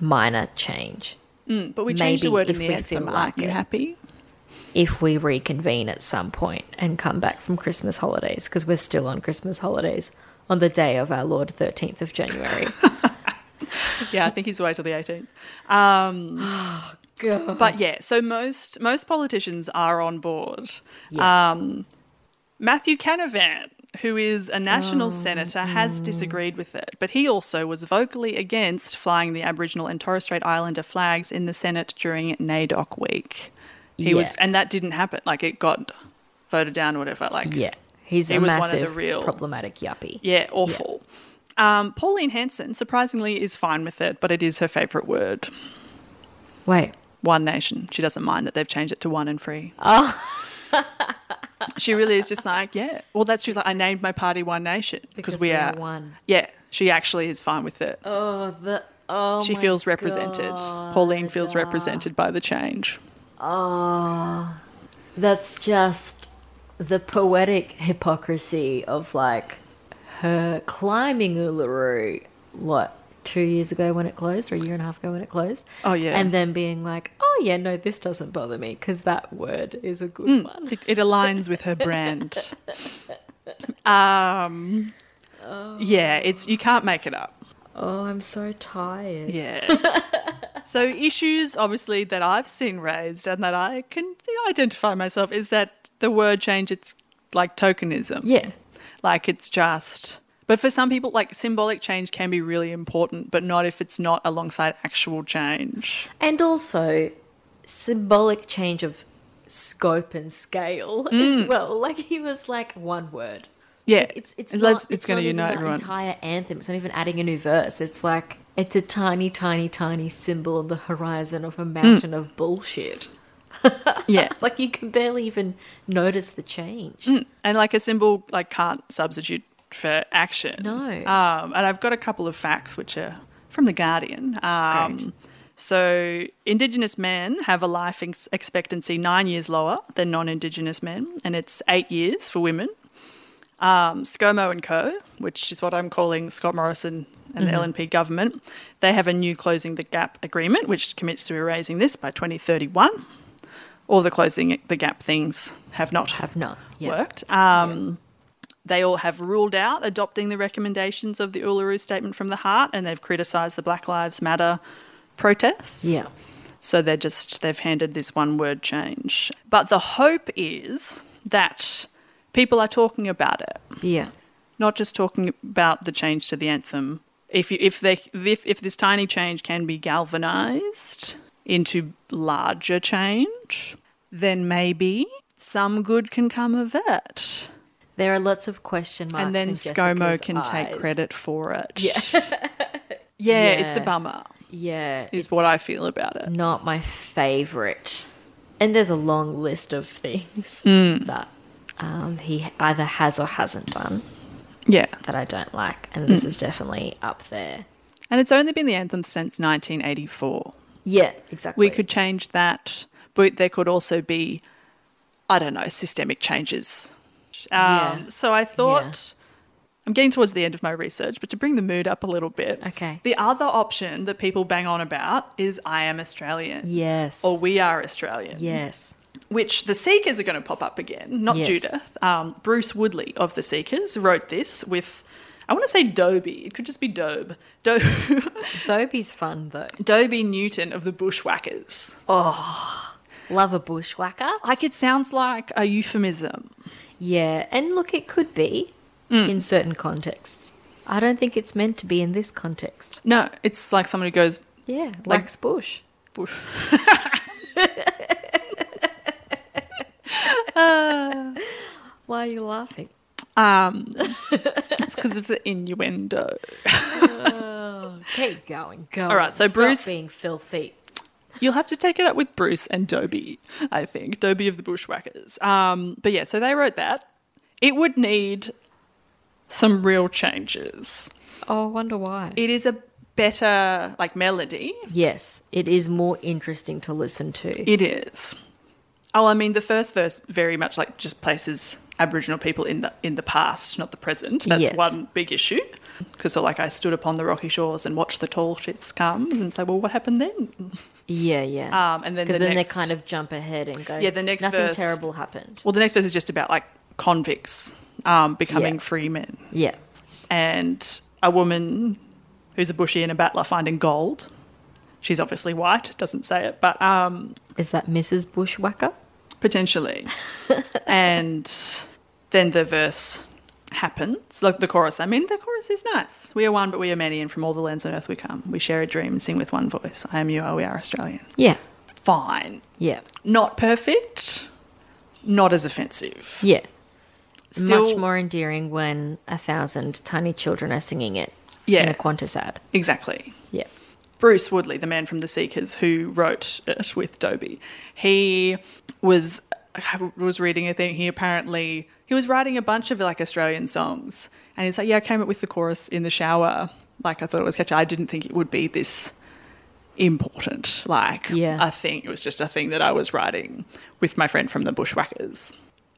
B: minor change.
A: but we changed the
B: maybe
A: word in
B: if
A: the
B: we
A: anthem.
B: feel
A: Aren't
B: like
A: you
B: it.
A: happy?
B: if we reconvene at some point and come back from Christmas holidays, because we're still on Christmas holidays on the day of our Lord, 13th
A: *laughs*
B: of January.
A: Yeah, I think he's away till the 18th.
B: God.
A: But yeah, so most most politicians are on board. Um,
B: Yeah.
A: Matthew Canavan, who is a
B: Oh,
A: national senator, has disagreed with it, but he also was vocally against flying the Aboriginal and Torres Strait Islander flags in the Senate during NAIDOC week. He was,
B: Yeah.
A: and that didn't happen. Like it got voted down or whatever. Like
B: yeah. He's
A: He
B: a
A: was one of the
B: massive
A: real-
B: problematic yuppie.
A: Yeah, awful. Um, Pauline Hanson, surprisingly, is fine with it, but it is her favourite word.
B: Wait.
A: One Nation. She doesn't mind that they've changed it to One and
B: *laughs*
A: Free. Oh. she really is just like, yeah. Well, that's she's like, I named my party One Nation because we, are
B: one.
A: Yeah, she actually is fine with it.
B: Oh, the oh.
A: she
B: my
A: feels represented. Pauline feels
B: God.
A: represented by the change.
B: Oh, that's just the poetic hypocrisy of like her climbing Uluru. What two years ago when it closed, or a year and a half ago when it closed?
A: Oh, yeah.
B: and then being like, oh yeah, no, this doesn't bother me because that word is a
A: Mm.
B: good one.
A: It, it aligns with her
B: *laughs*
A: brand. Um, yeah, it's you can't make it up.
B: Oh, I'm so tired. *laughs*
A: Yeah. so issues obviously that I've seen raised and that I can identify myself is that the word change it's like tokenism.
B: Yeah.
A: Like it's just but for some people like symbolic change can be really important, but not if it's not alongside actual change.
B: And also, symbolic change of scope and scale *laughs*
A: Mm.
B: as well. Like he was like one word.
A: Yeah.
B: It's it's
A: Unless
B: not,
A: it's, gonna
B: not even
A: unite
B: the
A: everyone.
B: Entire anthem. It's not even adding a new verse. It's like it's a tiny, tiny, tiny symbol on the horizon of a
A: Mm.
B: mountain of bullshit. *laughs*
A: yeah.
B: Like you can barely even notice the change.
A: And like a symbol like can't substitute for action.
B: No.
A: Um, and I've got a couple of facts which are from The Guardian. Um,
B: Great.
A: So, Indigenous men have a life ex- expectancy nine years lower than non Indigenous men, and it's eight years for women. Um, ScoMo and Co., which is what I'm calling Scott Morrison
B: Mm-hmm.
A: and the LNP government, they have a new Closing the Gap agreement, which commits to erasing this by 2031. All the Closing the Gap things have not
B: Have not. Yeah.
A: worked. Um, They all have ruled out adopting the recommendations of the Uluru Statement from the Heart, and they've criticised the Black Lives Matter protests.
B: Yeah.
A: So they're just, they've handed this one word change. But the hope is that people are talking about it,
B: Yeah.
A: not just talking about the change to the anthem. If, you, if, they, if, if this tiny change can be galvanised into larger change, then maybe some good can come of it
B: There are lots of question marks.
A: and then
B: in
A: ScoMo
B: Jessica's
A: can take
B: eyes.
A: credit for it. *laughs* Yeah, it's a
B: Yeah.
A: bummer,
B: Yeah.
A: is what I
B: it's-
A: feel about it.
B: not my favorite. And there's a long list of things
A: Hmm.
B: that um, he either has or hasn't done
A: Yeah,
B: that I don't like, and
A: Hmm.
B: this is definitely up there.
A: and it's only been the anthem since 1984.
B: Yeah, exactly.
A: We could change that, but there could also be, I don't know, systemic changes. Um,
B: Yeah.
A: So I thought. I'm getting towards the end of my research, but to bring the mood up a little bit.
B: Okay.
A: The other option that people bang on about is I am Australian
B: Yes.
A: or we are Australian.
B: Yes.
A: which the Seekers are going to pop up again, not
B: Yes.
A: Judith. Um, Bruce Woodley of the Seekers wrote this with, I want to say Dobie. It could just be Dobe. *laughs* Do-
B: Dobie's fun though.
A: Dobie Newton of the Bushwhackers.
B: Love a bushwhacker.
A: Like it sounds like a euphemism.
B: Yeah, and look, it could be
A: Hmm.
B: in certain contexts. I don't think it's meant to be in this context.
A: No, it's like someone who goes,
B: Yeah, like,
A: Like-
B: likes bush.
A: Bush. *laughs*
B: *laughs* Why are you laughing?
A: Um, it's because of the innuendo.
B: *laughs* Keep going. Go.
A: Oh, All right,
B: on.
A: so
B: Stop
A: Bruce-
B: being filthy.
A: You'll have to take it up with Bruce and Dobie, I think. Dobie of the Bushwhackers. Um, but yeah, so they wrote that. It would need some real changes.
B: Oh, I wonder why.
A: it is a better like melody.
B: Yes, it is more interesting to listen to.
A: It is. Oh, I mean, the first verse very much like just places Aboriginal people in the in the past, not the present. That's
B: Yes.
A: one big issue. Because so, like I stood upon the rocky shores and watched the tall ships come, and say, well, what happened then?
B: Yeah, yeah.
A: Um, and then
B: Because
A: the
B: then
A: next,
B: they kind of jump ahead and go.
A: Yeah, the next
B: nothing
A: verse-
B: terrible happened.
A: well, the next verse is just about like convicts um, becoming
B: Yeah.
A: free men,
B: Yeah,
A: and a woman who's a bushy and a battler finding gold. She's obviously white, doesn't say it, but um,
B: is that Mrs. Bushwhacker? *laughs*
A: potentially. and then the verse happens, like the chorus. I mean, the chorus is nice. We are one, but we are many, and from all the lands on earth we come. We share a dream and sing with one voice. I am you, are we are Australian.
B: Yeah,
A: Fine.
B: yeah,
A: Not perfect, not as offensive.
B: yeah. It's
A: Still-
B: much more endearing when a thousand tiny children are singing it in
A: Yeah.
B: a Qantas ad.
A: Exactly.
B: Yeah.
A: Bruce Woodley, the man from The Seekers who wrote it with Dobie, he was I was reading a thing. He apparently he was writing a bunch of like Australian songs, and he's like, "Yeah, I came up with the chorus in the shower. Like I thought it was catchy. I didn't think it would be this important. Like
B: Yeah.
A: a thing. It was just a thing that I was writing with my friend from the Bushwhackers."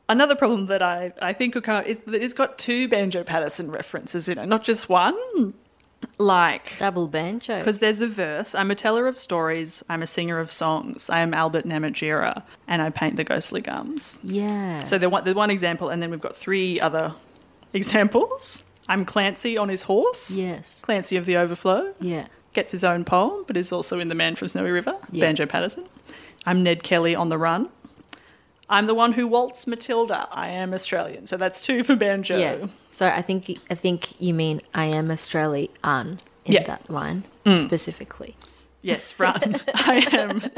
A: Another problem that I, I think will come up is that it's got two Banjo Patterson references in it, not just one. Like
B: Double banjo.
A: because there's a verse I'm a teller of stories, I'm a singer of songs, I am Albert Namajira, and I paint the ghostly gums.
B: yeah.
A: So the one, the one example, and then we've got three other *laughs* examples. I'm Clancy on his horse,
B: yes.
A: Clancy of the Overflow,
B: Yeah.
A: gets his own poem, but is also in The Man from Snowy River,
B: Yeah.
A: Banjo Patterson. I'm Ned Kelly on the run. I'm the one who waltzed Matilda. I am Australian. So that's two for banjo.
B: Yeah. So I think I think you mean I am Australian in
A: Yeah. Mm.
B: that line specifically.
A: Yes,
B: *laughs*
A: run. I am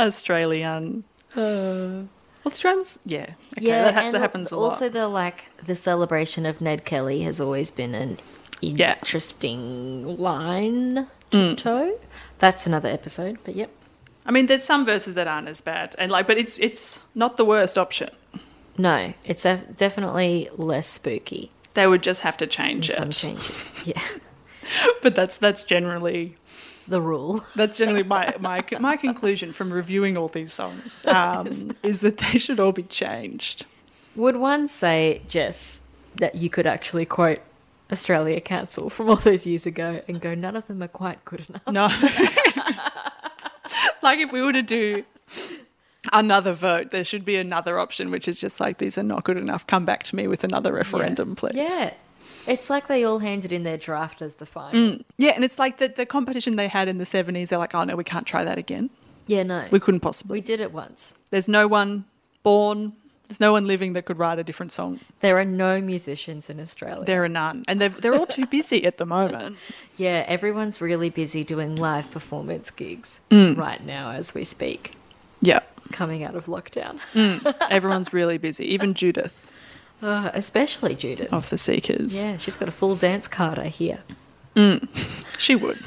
A: Australian. Australians? Yeah. Okay, that, ha- that
B: Uh. and
A: happens a
B: also
A: lot.
B: the like the celebration of Ned Kelly has always been an
A: Yeah. Mm.
B: interesting line to toe. That's another episode, but yep.
A: I mean, there's some verses that aren't as bad, and like, but it's it's not the worst option.
B: No, it's a, definitely less spooky.
A: They would just have to change
B: Some
A: it.
B: changes, yeah.
A: *laughs* But that's that's generally
B: The rule.
A: that's generally my my my conclusion from reviewing all these
B: *laughs*
A: songs um, is that they should all be changed.
B: Would one say, Jess, that you could actually quote Australia Council from all those years ago and go, none of them are quite good enough?
A: No. *laughs* like if we were to do another vote, there should be another option, which is just like these are not good enough. Come back to me with another referendum, please.
B: Yeah. It's like they all handed in their draft as the final.
A: Yeah, and it's like the, the competition they had in the seventies, they're like, Oh no, we can't try that again.
B: Yeah, no.
A: We
B: We,
A: couldn't possibly.
B: did it once.
A: There's no one born there's no one living that could write a different song.
B: There are no musicians in Australia.
A: There are none. And they've, they're all too busy at the moment.
B: yeah, everyone's really busy doing live performance gigs
A: Mm.
B: right now as we speak,
A: *laughs* Yeah.
B: coming out of lockdown. *laughs*
A: Everyone's really busy. Even Judith
B: Uh, especially Judith.
A: of the Seekers.
B: Yeah, she's got a full dance card, I hear.
A: She would.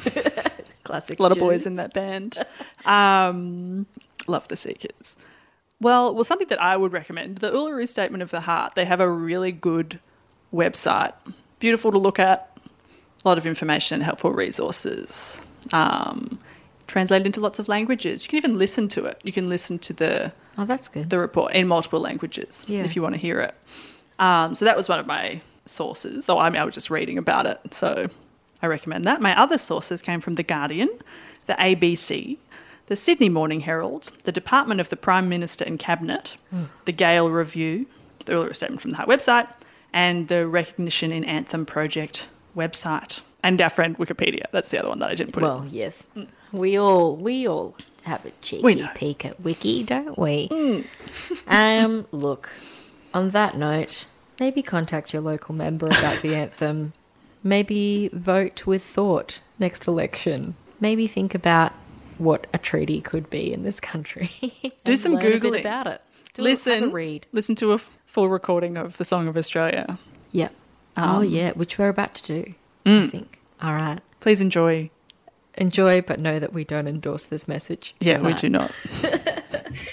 B: Classic.
A: A lot of boys in that band. Um, love the Seekers. Well, well, something that I would recommend the Uluru Statement of the Heart. They have a really good website, beautiful to look at, a lot of information and helpful resources. Um, translated into lots of languages. You can even listen to it. You can listen to the
B: Oh, that's good.
A: the report in multiple languages
B: Yeah.
A: if you want to hear it. Um, so that was one of my sources. So I mean, I was just reading about it. So I recommend that. My other sources came from The Guardian, the ABC, the Sydney Morning Herald, the Department of the Prime Minister and Cabinet,
B: Hmm.
A: the Gale Review, the earlier statement from the Heart website, and the Recognition in Anthem Project website. And our friend Wikipedia. That's the other one that I didn't put in.
B: Well, yes. We all we all have a cheeky
A: know. Mm.
B: peek at Wiki, don't we? *laughs* um, look. On that note, maybe contact your local member about
A: *laughs*
B: the anthem. Maybe vote with thought next election. Maybe think about what a treaty could be in this country. *laughs*
A: Do
B: and
A: some
B: learn a bit
A: Googling.
B: about it. Do a- have a
A: Listen,
B: read.
A: listen to a f- full recording of the Song of Australia.
B: Yep.
A: Um,
B: oh yeah, which we're about to do.
A: Mm.
B: I think. All right.
A: Please enjoy
B: Enjoy, but know that we don't endorse this message.
A: Yeah, we
B: Right.
A: do not.